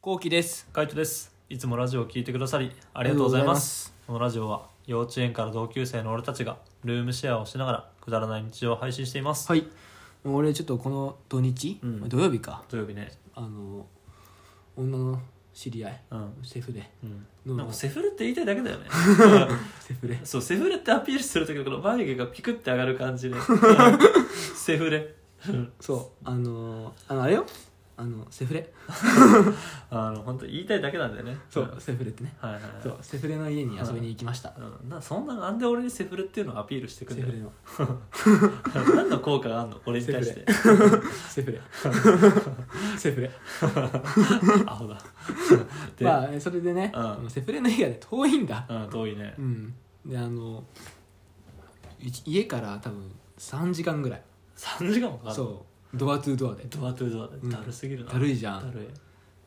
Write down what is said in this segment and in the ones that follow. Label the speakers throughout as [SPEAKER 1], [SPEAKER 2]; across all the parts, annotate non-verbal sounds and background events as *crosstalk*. [SPEAKER 1] こうきです。
[SPEAKER 2] カイトですいつもラジオを聞いてくださりありがとうございますこのラジオは幼稚園から同級生の俺たちがルームシェアをしながらくだらない日常を配信しています、
[SPEAKER 1] はい。俺ちょっとこの土日、
[SPEAKER 2] うん
[SPEAKER 1] 土曜日か、
[SPEAKER 2] 土曜日ね
[SPEAKER 1] あの女の知り合い、
[SPEAKER 2] うん
[SPEAKER 1] セフレ
[SPEAKER 2] う
[SPEAKER 1] の
[SPEAKER 2] ん、なんかセフレって言いたいだけだ *laughs* よね
[SPEAKER 1] セフレ
[SPEAKER 2] そうセフレってアピールする時のこの眉毛がピクって上がる感じ *laughs* でセフレうん
[SPEAKER 1] そうあのあのあれよあのセフレ
[SPEAKER 2] あの本当言いたいだけなんだよね
[SPEAKER 1] そ
[SPEAKER 2] ん
[SPEAKER 1] うセフレってね
[SPEAKER 2] はいはいはい
[SPEAKER 1] そうセフレの家に遊びに行きました、
[SPEAKER 2] うん、なそんななんで俺にセフレっていうのをアピールしてく
[SPEAKER 1] セ
[SPEAKER 2] んだ
[SPEAKER 1] フ
[SPEAKER 2] よ
[SPEAKER 1] レの
[SPEAKER 2] *laughs* 何の効果があんの俺に対して
[SPEAKER 1] セフレ *laughs* セフレ
[SPEAKER 2] *laughs* アホだで、
[SPEAKER 1] まあそれでね、
[SPEAKER 2] うん
[SPEAKER 1] あのセフレの家がね遠いんだ
[SPEAKER 2] うん、遠いね
[SPEAKER 1] うんであのい家から多分3時間ぐらい
[SPEAKER 2] 3時間もかかる
[SPEAKER 1] そうドアトゥドアで
[SPEAKER 2] ドアトゥドア
[SPEAKER 1] うん
[SPEAKER 2] だるすぎるな、
[SPEAKER 1] だるいじゃん
[SPEAKER 2] だるい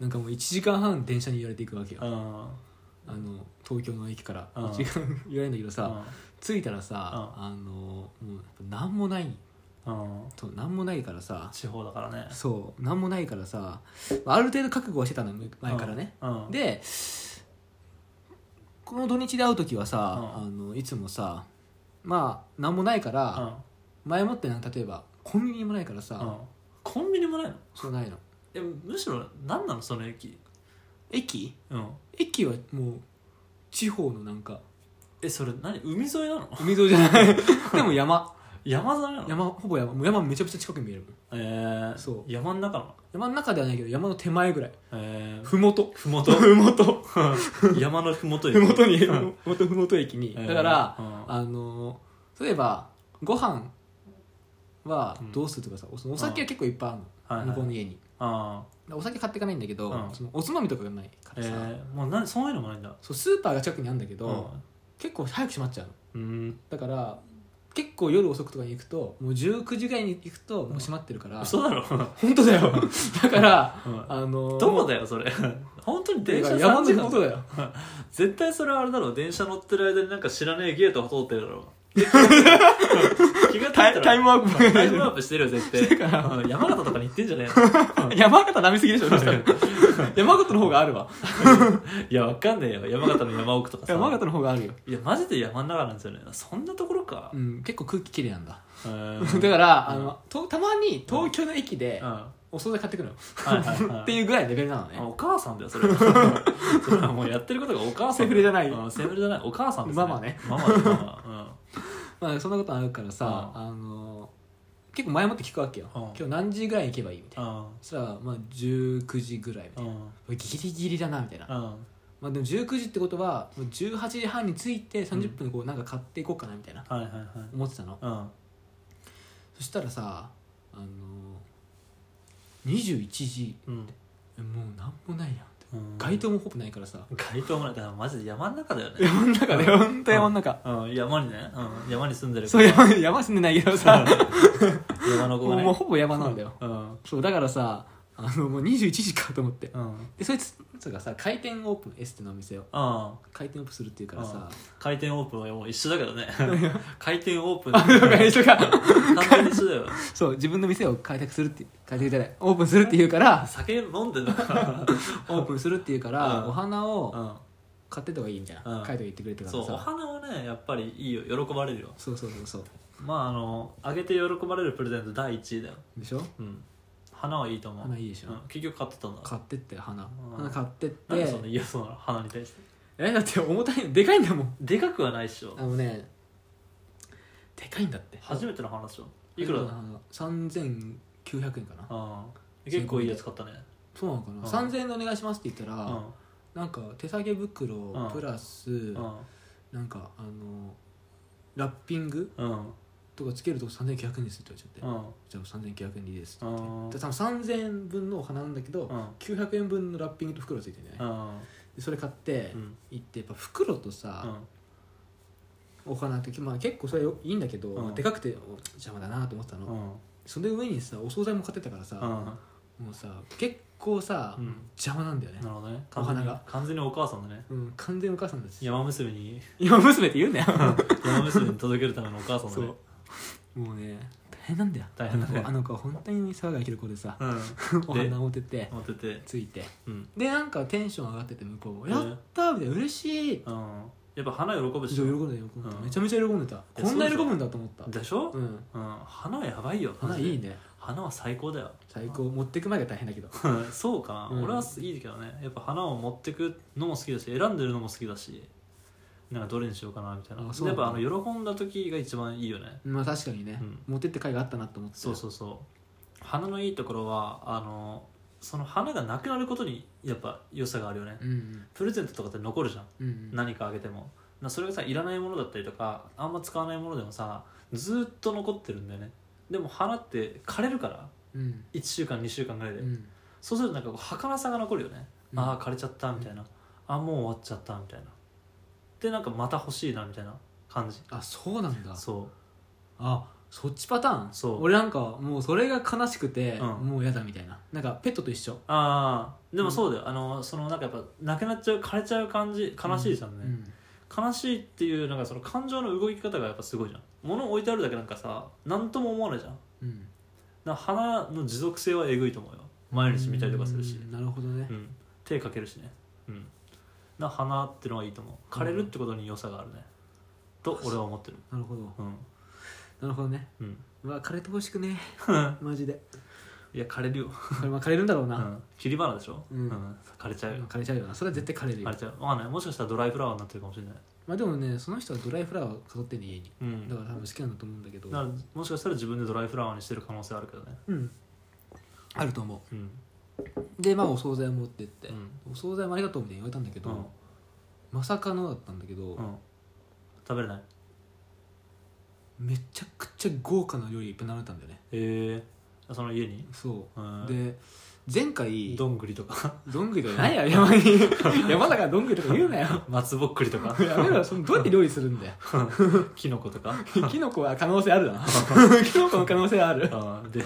[SPEAKER 1] なんかもう1時間半電車に揺られていくわけよ
[SPEAKER 2] うん
[SPEAKER 1] あの東京の駅から
[SPEAKER 2] うん
[SPEAKER 1] 1時間揺られるんだけどさ、着いたらさ、
[SPEAKER 2] う
[SPEAKER 1] あのもうやっぱ何もない
[SPEAKER 2] うん、うん、
[SPEAKER 1] と何もないからさ
[SPEAKER 2] 地方だからね
[SPEAKER 1] そう何もないからさまあある程度覚悟はしてたのむ前からね、
[SPEAKER 2] うん、うん、
[SPEAKER 1] でこの土日で会う時はさ、
[SPEAKER 2] うん
[SPEAKER 1] あのいつもさまあ何もないか
[SPEAKER 2] うん、
[SPEAKER 1] ら、前もってなんか例えばコンビニもないからさ、
[SPEAKER 2] うん、コンビニもないの
[SPEAKER 1] そうないの
[SPEAKER 2] えむしろ何なのその駅
[SPEAKER 1] 駅
[SPEAKER 2] うん
[SPEAKER 1] 駅はもう地方のなんか
[SPEAKER 2] えそれ何海沿いなの
[SPEAKER 1] 海沿いじゃない *laughs* でも山
[SPEAKER 2] 山沿いなの
[SPEAKER 1] 山ほぼ山もう山めちゃくちゃ近くに見えるもん
[SPEAKER 2] えー、
[SPEAKER 1] そう
[SPEAKER 2] 山の中なの
[SPEAKER 1] 山の中ではないけど山の手前ぐらい
[SPEAKER 2] え
[SPEAKER 1] *laughs*
[SPEAKER 2] ー
[SPEAKER 1] ふもと
[SPEAKER 2] ふもと
[SPEAKER 1] ふもと
[SPEAKER 2] 山のふもと
[SPEAKER 1] ふもとに
[SPEAKER 2] う
[SPEAKER 1] ふ
[SPEAKER 2] ん
[SPEAKER 1] もとふもと駅に
[SPEAKER 2] えー
[SPEAKER 1] だから
[SPEAKER 2] うん
[SPEAKER 1] あのー例えばご飯はどうするとかさおそのお酒は結構いっぱいあ
[SPEAKER 2] はい
[SPEAKER 1] る
[SPEAKER 2] はい
[SPEAKER 1] の向こうの家に
[SPEAKER 2] あ
[SPEAKER 1] だからお酒買っていかないんだけど
[SPEAKER 2] うん
[SPEAKER 1] そのおつまみとかがないか
[SPEAKER 2] ーえ
[SPEAKER 1] らさ
[SPEAKER 2] ー、もうなそういうのもないんだ
[SPEAKER 1] そうスーパーが近くにあるんだけど結構早く閉まっちゃうの
[SPEAKER 2] うん
[SPEAKER 1] だから結構夜遅くとかに行くともう19時ぐらいに行くともう閉まってるから
[SPEAKER 2] 嘘だろ、
[SPEAKER 1] 本当だよ *laughs* だから
[SPEAKER 2] うん、
[SPEAKER 1] あのー
[SPEAKER 2] どこだよそれ *laughs* 本当に電車
[SPEAKER 1] だから山
[SPEAKER 2] 3時
[SPEAKER 1] の
[SPEAKER 2] 間
[SPEAKER 1] ことだよ
[SPEAKER 2] 絶対それはあれだろう電車乗ってる間になんか知らねえゲートを通ってるだろ
[SPEAKER 1] *laughs*
[SPEAKER 2] う気がついたら
[SPEAKER 1] ムワーク
[SPEAKER 2] タイムアップしてるよ
[SPEAKER 1] *laughs*
[SPEAKER 2] 絶対うん山形とかに行ってんじゃね
[SPEAKER 1] 山形舐めすぎでしょ *laughs*
[SPEAKER 2] えの
[SPEAKER 1] 山形の方があるわ
[SPEAKER 2] いやわかんねえよ山形の山奥とかさ
[SPEAKER 1] 山形の方があるよ、
[SPEAKER 2] いやマジで山の中なんですよねそんなところか
[SPEAKER 1] *laughs* う、ん、結構空気きれいなんだ
[SPEAKER 2] うん
[SPEAKER 1] だからあのとたまに東京の駅で
[SPEAKER 2] うんは
[SPEAKER 1] お惣菜買ってくる
[SPEAKER 2] いはい
[SPEAKER 1] の
[SPEAKER 2] は
[SPEAKER 1] っていうぐらいのレベルなの
[SPEAKER 2] あ
[SPEAKER 1] ね
[SPEAKER 2] お母さんだよそれ *laughs* はそれはもうやってることがお母さ
[SPEAKER 1] セ
[SPEAKER 2] んだよ
[SPEAKER 1] フレじゃない
[SPEAKER 2] うんセフレじゃないお母さんです
[SPEAKER 1] ママね
[SPEAKER 2] ママだママ
[SPEAKER 1] まあそんなことあるからさ
[SPEAKER 2] う
[SPEAKER 1] あの結構前もって聞くわけよ
[SPEAKER 2] うん
[SPEAKER 1] 今日何時ぐらいに行けばいいみたいな
[SPEAKER 2] うん
[SPEAKER 1] そしたらまあ19時ぐらいみた
[SPEAKER 2] う
[SPEAKER 1] いなんギリギリだなみたいな
[SPEAKER 2] うん
[SPEAKER 1] まあでも19時ってことはもう18時半に着いて30分でこうなんか買っていこうかなみたいな
[SPEAKER 2] はいはいはい
[SPEAKER 1] 思ってたの
[SPEAKER 2] うん
[SPEAKER 1] そしたらさあの21時
[SPEAKER 2] うん
[SPEAKER 1] えもうなんもないやんって
[SPEAKER 2] うん
[SPEAKER 1] 街灯もほぼないからさ
[SPEAKER 2] 街灯もないだからマジで山の中だよね
[SPEAKER 1] 山の中でほんと山の中
[SPEAKER 2] うん山にね、うん、山に住んでる
[SPEAKER 1] そう山山住んでないけど *laughs* さ
[SPEAKER 2] うん山の子
[SPEAKER 1] も
[SPEAKER 2] が
[SPEAKER 1] う
[SPEAKER 2] ね
[SPEAKER 1] もうほぼ山なんだよ
[SPEAKER 2] うん
[SPEAKER 1] そうだからさあのもう21時かと思って
[SPEAKER 2] うん
[SPEAKER 1] でそいつそいつがさ回転オープンエステのお店を
[SPEAKER 2] うん
[SPEAKER 1] 回転オープンするっていうからさ
[SPEAKER 2] 回転オープンはもう一緒だけど *laughs* ね回転オープン
[SPEAKER 1] あ *laughs* そうか一緒か
[SPEAKER 2] 完全に一緒だよ
[SPEAKER 1] そう自分の店を開拓するって開拓じゃないオープンするって言うから
[SPEAKER 2] 酒飲んでんだか
[SPEAKER 1] *laughs* オープンするって言うから、
[SPEAKER 2] うん
[SPEAKER 1] お花
[SPEAKER 2] ら、う
[SPEAKER 1] を
[SPEAKER 2] ん、
[SPEAKER 1] 買ってた方がいいみたいな、
[SPEAKER 2] うん
[SPEAKER 1] カイトが言ってくれてから
[SPEAKER 2] そ
[SPEAKER 1] さ
[SPEAKER 2] うお花はねやっぱりいいよ喜ばれるよ
[SPEAKER 1] そうそうそうそう
[SPEAKER 2] まああのあげて喜ばれるプレゼント第1位だよ
[SPEAKER 1] でしょ
[SPEAKER 2] うん花はいいと思う
[SPEAKER 1] 花いいでしょ
[SPEAKER 2] うん、結局買ってたんだ
[SPEAKER 1] 買ってって花
[SPEAKER 2] うん
[SPEAKER 1] 花買ってっ
[SPEAKER 2] なん
[SPEAKER 1] て
[SPEAKER 2] でそんな嫌そうなの花に対して
[SPEAKER 1] えだって重たいのでかいんだもん
[SPEAKER 2] でかくはないっしょ
[SPEAKER 1] あのねでかいんだって
[SPEAKER 2] 初めての花でしょいくらだ
[SPEAKER 1] あの3900円かな
[SPEAKER 2] うん、結構いいやつ買ったね
[SPEAKER 1] そうなのかな、
[SPEAKER 2] うん
[SPEAKER 1] 3000円でお願いしますって言った
[SPEAKER 2] う
[SPEAKER 1] ら、
[SPEAKER 2] んうん
[SPEAKER 1] なんか手提げ袋
[SPEAKER 2] ん
[SPEAKER 1] プラス、
[SPEAKER 2] う
[SPEAKER 1] なんかあのラッピング
[SPEAKER 2] ん
[SPEAKER 1] とかつけると3900円ですって言われちゃって、
[SPEAKER 2] うん
[SPEAKER 1] じゃあ3900円でいいですって
[SPEAKER 2] う
[SPEAKER 1] 言って、
[SPEAKER 2] ん
[SPEAKER 1] で多分3000円分のお花なんだけど、
[SPEAKER 2] うん
[SPEAKER 1] 900円分のラッピングと袋ついてるんだよね、でそれ買って
[SPEAKER 2] うん
[SPEAKER 1] 行ってやっぱ袋とさ、お花って、まあ、結構それいいんだけど、
[SPEAKER 2] うん
[SPEAKER 1] でかくてお邪魔だなと思ってたの、
[SPEAKER 2] うん
[SPEAKER 1] その上にさお惣菜も買ってたからさ、もうさ結構さ、
[SPEAKER 2] うん
[SPEAKER 1] 邪魔なんだよね
[SPEAKER 2] なる、ほどね
[SPEAKER 1] お花が
[SPEAKER 2] 完全に完全にお母さんだね
[SPEAKER 1] うん完全お母さんだし
[SPEAKER 2] 山娘に
[SPEAKER 1] *laughs* 今娘って言うんだよ
[SPEAKER 2] 山娘に届けるためのお母さんだ
[SPEAKER 1] そ
[SPEAKER 2] ね
[SPEAKER 1] うもうね変なんだよ
[SPEAKER 2] 大変だね
[SPEAKER 1] あの子あの子は本当に騒がひる *laughs* 子でさ、
[SPEAKER 2] うん
[SPEAKER 1] お花持ってって
[SPEAKER 2] 思ってて
[SPEAKER 1] ついて
[SPEAKER 2] うん、
[SPEAKER 1] でなんかテンション上がってて向こうも「
[SPEAKER 2] え
[SPEAKER 1] やったー!」みたいな嬉しい
[SPEAKER 2] うん、やっぱ花喜ぶで
[SPEAKER 1] 喜
[SPEAKER 2] しょ
[SPEAKER 1] んで喜んでた
[SPEAKER 2] うん
[SPEAKER 1] めちゃめちゃ喜んでたこ
[SPEAKER 2] え
[SPEAKER 1] んな
[SPEAKER 2] そうで
[SPEAKER 1] 喜
[SPEAKER 2] しょ
[SPEAKER 1] ぶんだと思った
[SPEAKER 2] でしょ、
[SPEAKER 1] うん
[SPEAKER 2] うん、花はやばいよ
[SPEAKER 1] 花
[SPEAKER 2] マジで
[SPEAKER 1] いいね
[SPEAKER 2] 花は最高だよ
[SPEAKER 1] 最高持ってく前が大変だけど
[SPEAKER 2] そうかな、
[SPEAKER 1] うん
[SPEAKER 2] 俺はいいけどねやっぱ花を持ってくのも好きだし選んでるのも好きだしなんかどれにしようかなみたいな
[SPEAKER 1] あそう
[SPEAKER 2] や
[SPEAKER 1] な
[SPEAKER 2] っ
[SPEAKER 1] んだ
[SPEAKER 2] ぱあの喜んだ時が一番いいよね
[SPEAKER 1] まあ確かにね
[SPEAKER 2] うん
[SPEAKER 1] 持ってって回があったなと思って
[SPEAKER 2] そうそうそう花のいいところはあのその花がなくなることにやっぱ良さがあるよね、
[SPEAKER 1] うんうん
[SPEAKER 2] プレゼントとかって残るじゃん
[SPEAKER 1] うんうん
[SPEAKER 2] 何かあげてもなそれがさいらないものだったりとかあんま使わないものでもさずーっと残ってるんだよねでも花って枯れるから
[SPEAKER 1] うん
[SPEAKER 2] 1週間2週間ぐらいで、
[SPEAKER 1] うん
[SPEAKER 2] そうするとなんかこう儚さが残るよね、
[SPEAKER 1] うん
[SPEAKER 2] ああ枯れちゃったみたいな、ああもう終わっちゃったみたいなでなんかまた欲しいなみたいな感じ
[SPEAKER 1] あそうなんだ
[SPEAKER 2] そ
[SPEAKER 1] あそっちパターン
[SPEAKER 2] そう
[SPEAKER 1] 俺なんかもうそれが悲しくて
[SPEAKER 2] うん
[SPEAKER 1] もう嫌だみたいななんかペットと一緒
[SPEAKER 2] うああでもそうだよ、あのそのなんかやっぱなくなっちゃう枯れちゃう感じ悲しいじゃんね、
[SPEAKER 1] うん
[SPEAKER 2] 悲しいっていうなんかその感情の動き方がやっぱすごいじゃん物を置いてあるだけなんかさ何とも思わないじゃん
[SPEAKER 1] うん
[SPEAKER 2] だから花の持続性はえぐいと思うよ毎日見たりとかするし
[SPEAKER 1] う、んなるほどね
[SPEAKER 2] うん、手かけるしね、うん、だから花ってのはいいと思う枯れるってことに良さがあるね、と俺は思ってる
[SPEAKER 1] なるほど
[SPEAKER 2] うん
[SPEAKER 1] なるほどね
[SPEAKER 2] うん
[SPEAKER 1] うわ枯れてほしく
[SPEAKER 2] *laughs*
[SPEAKER 1] ねマジで
[SPEAKER 2] いや枯れるよ、
[SPEAKER 1] これまあ枯れるんだろう
[SPEAKER 2] う、
[SPEAKER 1] なん
[SPEAKER 2] 切り花でしょ、
[SPEAKER 1] うん
[SPEAKER 2] 枯れちゃうよ、
[SPEAKER 1] 枯れちゃうよなそれは絶対枯れるよ
[SPEAKER 2] 枯れちゃうわかんないもしかしたらドライフラワーになってるかもしれない、
[SPEAKER 1] まあでもねその人はドライフラワー飾ってんね家に
[SPEAKER 2] うん、
[SPEAKER 1] だ
[SPEAKER 2] だ
[SPEAKER 1] か
[SPEAKER 2] か
[SPEAKER 1] 多
[SPEAKER 2] ら
[SPEAKER 1] 分好きなんだと思うんだけど
[SPEAKER 2] らもしかしたら自分でドライフラワーにしてる可能性あるけどね
[SPEAKER 1] うんあると思
[SPEAKER 2] うん
[SPEAKER 1] うでまあお惣菜を持ってって
[SPEAKER 2] うん
[SPEAKER 1] お惣菜もありがとうみたいに言われたんだけ
[SPEAKER 2] うん
[SPEAKER 1] どまさかのだったんだけど
[SPEAKER 2] うん食べれない
[SPEAKER 1] めちゃくちゃ豪華な料理いっぱい並べたんだよね
[SPEAKER 2] ええその家に
[SPEAKER 1] そううんで前回
[SPEAKER 2] どんぐりとか *laughs*
[SPEAKER 1] どんぐりとか何や *laughs* 山に山だからどんぐりとか言う *laughs* なよ
[SPEAKER 2] 松ぼっくりとか
[SPEAKER 1] やめろそのどうやって料理するんだよ
[SPEAKER 2] き
[SPEAKER 1] *laughs*
[SPEAKER 2] のことか
[SPEAKER 1] キノコは可能性あ *laughs* るなキノコの可能性はある
[SPEAKER 2] うんで、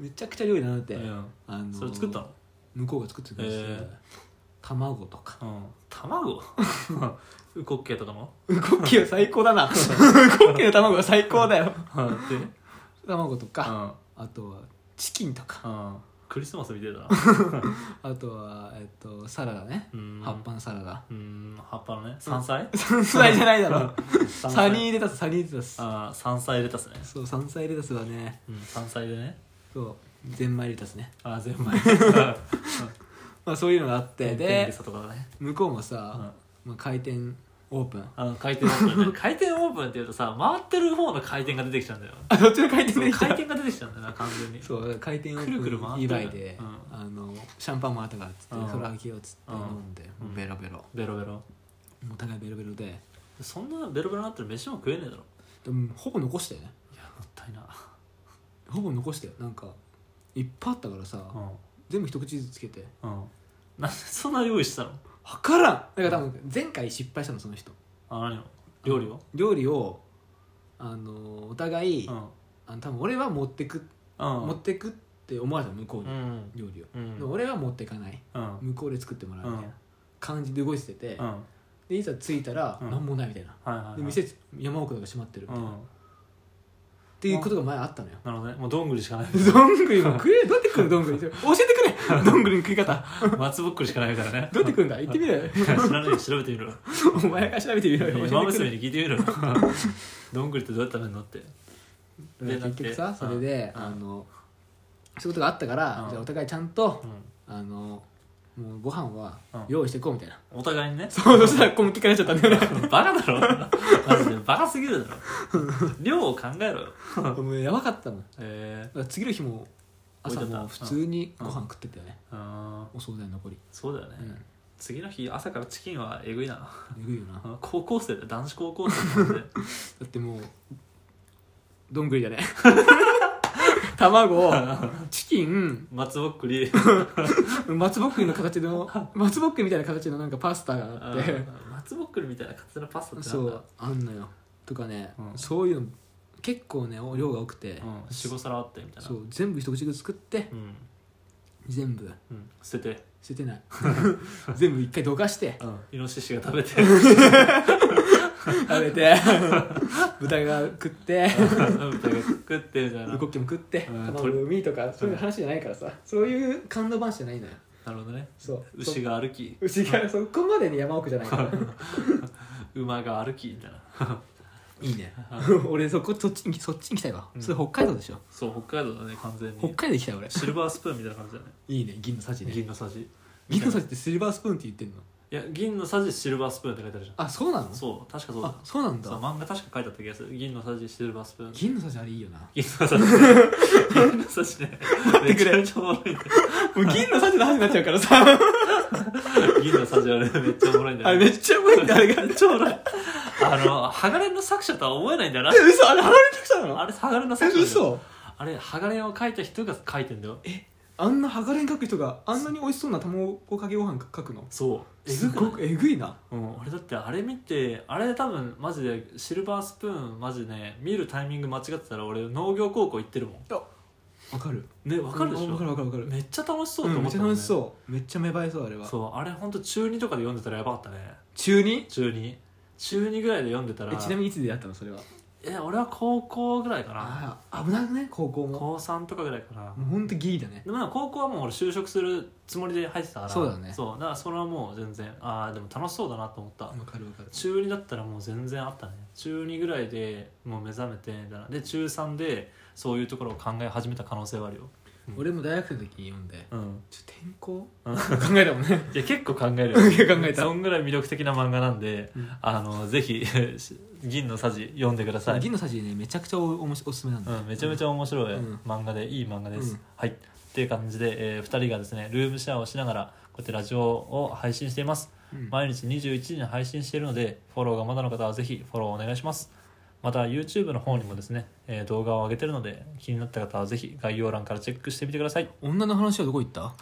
[SPEAKER 1] めちゃくちゃ料理並べて
[SPEAKER 2] うん、
[SPEAKER 1] あの
[SPEAKER 2] それ作ったの
[SPEAKER 1] 向こうが作ってくれて、
[SPEAKER 2] へー
[SPEAKER 1] 卵とか
[SPEAKER 2] うん、卵 *laughs* ウコッケとかも
[SPEAKER 1] うこっきは最高 *laughs* だなうこっきの卵は最高だよ
[SPEAKER 2] うんで、
[SPEAKER 1] 卵と
[SPEAKER 2] う
[SPEAKER 1] か、
[SPEAKER 2] ん
[SPEAKER 1] あとはチキンとか
[SPEAKER 2] うん、クリスマスみてえだな
[SPEAKER 1] あとは、えっと、サラダね
[SPEAKER 2] うん
[SPEAKER 1] 葉っぱのサラ
[SPEAKER 2] *laughs*
[SPEAKER 1] ダ
[SPEAKER 2] うん葉っぱのね山菜
[SPEAKER 1] 山菜じゃないだろ
[SPEAKER 2] 山
[SPEAKER 1] サ
[SPEAKER 2] 菜
[SPEAKER 1] ニーレタスサニーレタス
[SPEAKER 2] あー山菜レタスね、
[SPEAKER 1] そう山菜レタスはね
[SPEAKER 2] うん、山菜でね
[SPEAKER 1] そうゼンマイレタスね、
[SPEAKER 2] あー *laughs* ゼンマイうん
[SPEAKER 1] まあ、そういうのがあって
[SPEAKER 2] 天理
[SPEAKER 1] で
[SPEAKER 2] 沙とかだね、
[SPEAKER 1] 向こうも
[SPEAKER 2] う
[SPEAKER 1] さ、
[SPEAKER 2] ん、
[SPEAKER 1] まあ、回転オープン
[SPEAKER 2] あの回転オープンね *laughs* 回転オープンっていうとさ回ってる方の回転が出てきちゃうん *laughs* だよ
[SPEAKER 1] あどっちの回転
[SPEAKER 2] そ
[SPEAKER 1] で
[SPEAKER 2] う
[SPEAKER 1] きた
[SPEAKER 2] 回転が出てきちゃうんだよな完全
[SPEAKER 1] *laughs*
[SPEAKER 2] に
[SPEAKER 1] そう回転を
[SPEAKER 2] くるくる回ってる
[SPEAKER 1] 祝いで、
[SPEAKER 2] うん
[SPEAKER 1] あのシャンパンもあったからっつって、
[SPEAKER 2] うん
[SPEAKER 1] それあげようっつって
[SPEAKER 2] うん
[SPEAKER 1] 飲んで、
[SPEAKER 2] うん
[SPEAKER 1] ベロベロも
[SPEAKER 2] ベロベロ
[SPEAKER 1] うお互いベロベロで
[SPEAKER 2] そんなベロベロになってる飯も食えねえだろ
[SPEAKER 1] でもほぼ残してね
[SPEAKER 2] いやもったいな
[SPEAKER 1] ほぼ残してよなんかいっぱいあったからさ、
[SPEAKER 2] う
[SPEAKER 1] 全部一口ずつつけて
[SPEAKER 2] んうんなんでそんな用意してたの
[SPEAKER 1] 分からんだから多分前回失敗したのその人
[SPEAKER 2] あ何を料理を
[SPEAKER 1] 料理をあのお互い、
[SPEAKER 2] うん
[SPEAKER 1] あの多分俺は持ってく、
[SPEAKER 2] うん
[SPEAKER 1] 持ってくって思われたの向こう
[SPEAKER 2] う
[SPEAKER 1] に、
[SPEAKER 2] ん
[SPEAKER 1] 料理を、
[SPEAKER 2] うん
[SPEAKER 1] でも俺は持ってかない
[SPEAKER 2] うん
[SPEAKER 1] 向こうで作ってもらうみたいな感じで動いてて、
[SPEAKER 2] うん
[SPEAKER 1] でいざ着いたら
[SPEAKER 2] うん
[SPEAKER 1] 何もないみたいな、
[SPEAKER 2] はいはいはい
[SPEAKER 1] で店山奥だから閉まってるみ
[SPEAKER 2] う
[SPEAKER 1] たいな、
[SPEAKER 2] ん
[SPEAKER 1] っていうことが前あったのよ
[SPEAKER 2] なるほどねもうどんぐりしかない
[SPEAKER 1] どんぐりも食えどうやって食うのどんぐ
[SPEAKER 2] *laughs*
[SPEAKER 1] り教えてくれどんぐりの食い方
[SPEAKER 2] 松ぼっくりしかないからね
[SPEAKER 1] どうやって食うんだ言ってみろよ
[SPEAKER 2] 知らないよ調べてみろ
[SPEAKER 1] お前が調べてみろ
[SPEAKER 2] *laughs*
[SPEAKER 1] よ教
[SPEAKER 2] 今
[SPEAKER 1] えてくれ
[SPEAKER 2] 娘に聞いてみ
[SPEAKER 1] *laughs*
[SPEAKER 2] ろどんぐりってどうやって食べるのって
[SPEAKER 1] で結局
[SPEAKER 2] だ
[SPEAKER 1] さ
[SPEAKER 2] って
[SPEAKER 1] それで、
[SPEAKER 2] うん
[SPEAKER 1] あのそういうことがあったから、
[SPEAKER 2] うん
[SPEAKER 1] じゃあお互いちゃんと
[SPEAKER 2] う、ん
[SPEAKER 1] あのもうご飯は
[SPEAKER 2] うん
[SPEAKER 1] 用意していこうみたいな、
[SPEAKER 2] お互いにね
[SPEAKER 1] *laughs* そうそしたら小麦からなっちゃったんだよね
[SPEAKER 2] *laughs* バカだろマジでバカすぎるだろ量を考えろよ
[SPEAKER 1] *laughs* もうやばかったのだ
[SPEAKER 2] え
[SPEAKER 1] から次の日も朝
[SPEAKER 2] 置いてた
[SPEAKER 1] も普通にご飯食ってたよね、
[SPEAKER 2] ーあー
[SPEAKER 1] お惣菜残り
[SPEAKER 2] そうだよね
[SPEAKER 1] うん
[SPEAKER 2] 次の日朝からチキンはえぐいな *laughs*
[SPEAKER 1] えぐいよなだ
[SPEAKER 2] 高校生だよ男子高校
[SPEAKER 1] *laughs*
[SPEAKER 2] 生なんで
[SPEAKER 1] ってもうどんぐり *laughs* だね卵チキン
[SPEAKER 2] 松ぼっく
[SPEAKER 1] *laughs*
[SPEAKER 2] り
[SPEAKER 1] 松ぼっくりの形の松ぼっくりみたいな形のなんかパスタがあって
[SPEAKER 2] うん松ぼっくりみたいな形のパスタってな
[SPEAKER 1] そ
[SPEAKER 2] んだ
[SPEAKER 1] うあんのよとかね、
[SPEAKER 2] うん
[SPEAKER 1] そういうの結構ねお量が多くて、
[SPEAKER 2] うん45皿あってみたいな
[SPEAKER 1] そう全部一口ずつ作って
[SPEAKER 2] うん
[SPEAKER 1] 全部
[SPEAKER 2] うん捨てて
[SPEAKER 1] 捨
[SPEAKER 2] *laughs*
[SPEAKER 1] ててない全部一回どかして
[SPEAKER 2] イノシシが食べて
[SPEAKER 1] 食べ
[SPEAKER 2] *laughs*
[SPEAKER 1] て豚が食って
[SPEAKER 2] 歌が食ってみたいな
[SPEAKER 1] ウコッケも食って
[SPEAKER 2] うん
[SPEAKER 1] 卵海とかそういう話じゃないからさそういう感動話じゃないのよ
[SPEAKER 2] なるほどね
[SPEAKER 1] そう
[SPEAKER 2] 牛が歩き
[SPEAKER 1] 牛がそこまでに山奥じゃないから
[SPEAKER 2] 馬が歩きみたいない
[SPEAKER 1] いね俺そこそっちにそっちに行きたいわ、
[SPEAKER 2] うん
[SPEAKER 1] それ北海道でしょ
[SPEAKER 2] そう北海道だね完全
[SPEAKER 1] 北
[SPEAKER 2] に
[SPEAKER 1] 海道行きたい俺
[SPEAKER 2] シルバースプーンみたいな感じだね
[SPEAKER 1] いいね銀のさじね
[SPEAKER 2] 銀のさじ
[SPEAKER 1] 銀のさじってシルバースプーンって言ってんの
[SPEAKER 2] いや銀のさじシルバースプーンって書いてあるじゃ
[SPEAKER 1] あそうなの
[SPEAKER 2] んそう確かそうだ
[SPEAKER 1] あそうなんだ
[SPEAKER 2] そう漫画確か書いてあった気がする銀のさじシルバースプーン
[SPEAKER 1] 銀のさじあれいいよな
[SPEAKER 2] 銀のさじ銀のさじね
[SPEAKER 1] て
[SPEAKER 2] め
[SPEAKER 1] く
[SPEAKER 2] ち
[SPEAKER 1] れ
[SPEAKER 2] ゃめちゃおもろいんだよ
[SPEAKER 1] もう銀のさじの話になっちゃうからさ
[SPEAKER 2] 銀のさじあれめっちゃおもろいんだ
[SPEAKER 1] あれ
[SPEAKER 2] よ
[SPEAKER 1] め
[SPEAKER 2] ね
[SPEAKER 1] っちゃうま *laughs* いんだあれが
[SPEAKER 2] めっちゃおもろいあの鋼の作者とは思えないんだよな
[SPEAKER 1] え嘘あれ離れてきたの
[SPEAKER 2] あれ鋼の
[SPEAKER 1] え
[SPEAKER 2] 作者だよ
[SPEAKER 1] 嘘
[SPEAKER 2] あれ鋼を描いた人が描いてんだよ
[SPEAKER 1] あんな剥がれん描く人があんなに美味しそうな卵かけご飯描くの
[SPEAKER 2] そう
[SPEAKER 1] す
[SPEAKER 2] く
[SPEAKER 1] ご
[SPEAKER 2] ない
[SPEAKER 1] くえぐいな
[SPEAKER 2] うん、俺だってあれ見てあれ多分マジでシルバースプーンマジね見るタイミング間違ってたら俺農業高校行ってるもん
[SPEAKER 1] わかる
[SPEAKER 2] ねわかるでし
[SPEAKER 1] わかる
[SPEAKER 2] ょ
[SPEAKER 1] わかるわかる
[SPEAKER 2] めっちゃ楽しそうと
[SPEAKER 1] うん
[SPEAKER 2] 思
[SPEAKER 1] め
[SPEAKER 2] っ
[SPEAKER 1] っち
[SPEAKER 2] た
[SPEAKER 1] ゃ
[SPEAKER 2] もん、ね
[SPEAKER 1] 楽しそうめっちゃ芽生えそうあれは
[SPEAKER 2] そうあれ本当中2とかで読んでたらやばかったね
[SPEAKER 1] 中に
[SPEAKER 2] 中2中2ぐらいで読んでたら
[SPEAKER 1] えちなみにいつ出会ったのそれは
[SPEAKER 2] え俺は高校ぐらいかな
[SPEAKER 1] ああ危ないね高校もも
[SPEAKER 2] 高3とかぐらいかな、
[SPEAKER 1] うほんとギリだね
[SPEAKER 2] でもなんか高校はもう俺就職するつもりで入ってたから
[SPEAKER 1] そうだね
[SPEAKER 2] そうだからそれはもう全然ああでも楽しそうだなと思った、
[SPEAKER 1] わかるわかる
[SPEAKER 2] 中2だったらもう全然あったね中2ぐらいでもう目覚めてみたいなで中3でそういうところを考え始めた可能性はあるよ
[SPEAKER 1] 俺も大学生の時に読んで
[SPEAKER 2] うん
[SPEAKER 1] ちょ転校 *laughs*
[SPEAKER 2] う
[SPEAKER 1] 考
[SPEAKER 2] ん
[SPEAKER 1] えたもんね
[SPEAKER 2] いや結構考えるよ
[SPEAKER 1] *laughs* 結構考えた
[SPEAKER 2] そんぐらい魅力的な漫画なんで、
[SPEAKER 1] うん
[SPEAKER 2] あのぜひ *laughs* 銀のさじ読んでください、
[SPEAKER 1] 銀のさじねめちゃくちゃおおもしおすすめなんだ
[SPEAKER 2] うん、めちゃめちゃ面白い
[SPEAKER 1] うん
[SPEAKER 2] 漫画でいい漫画です、
[SPEAKER 1] うん
[SPEAKER 2] はいっていう感じで、え2人がですねルームシェアをしながらこうやってラジオを配信しています
[SPEAKER 1] うん
[SPEAKER 2] 毎日21時に配信しているのでフォローがまだの方はぜひフォローお願いしますまた YouTube の方にもですね、えー動画を上げてるので気になった方はぜひ概要欄からチェックしてみてください
[SPEAKER 1] 女の話はどこ行った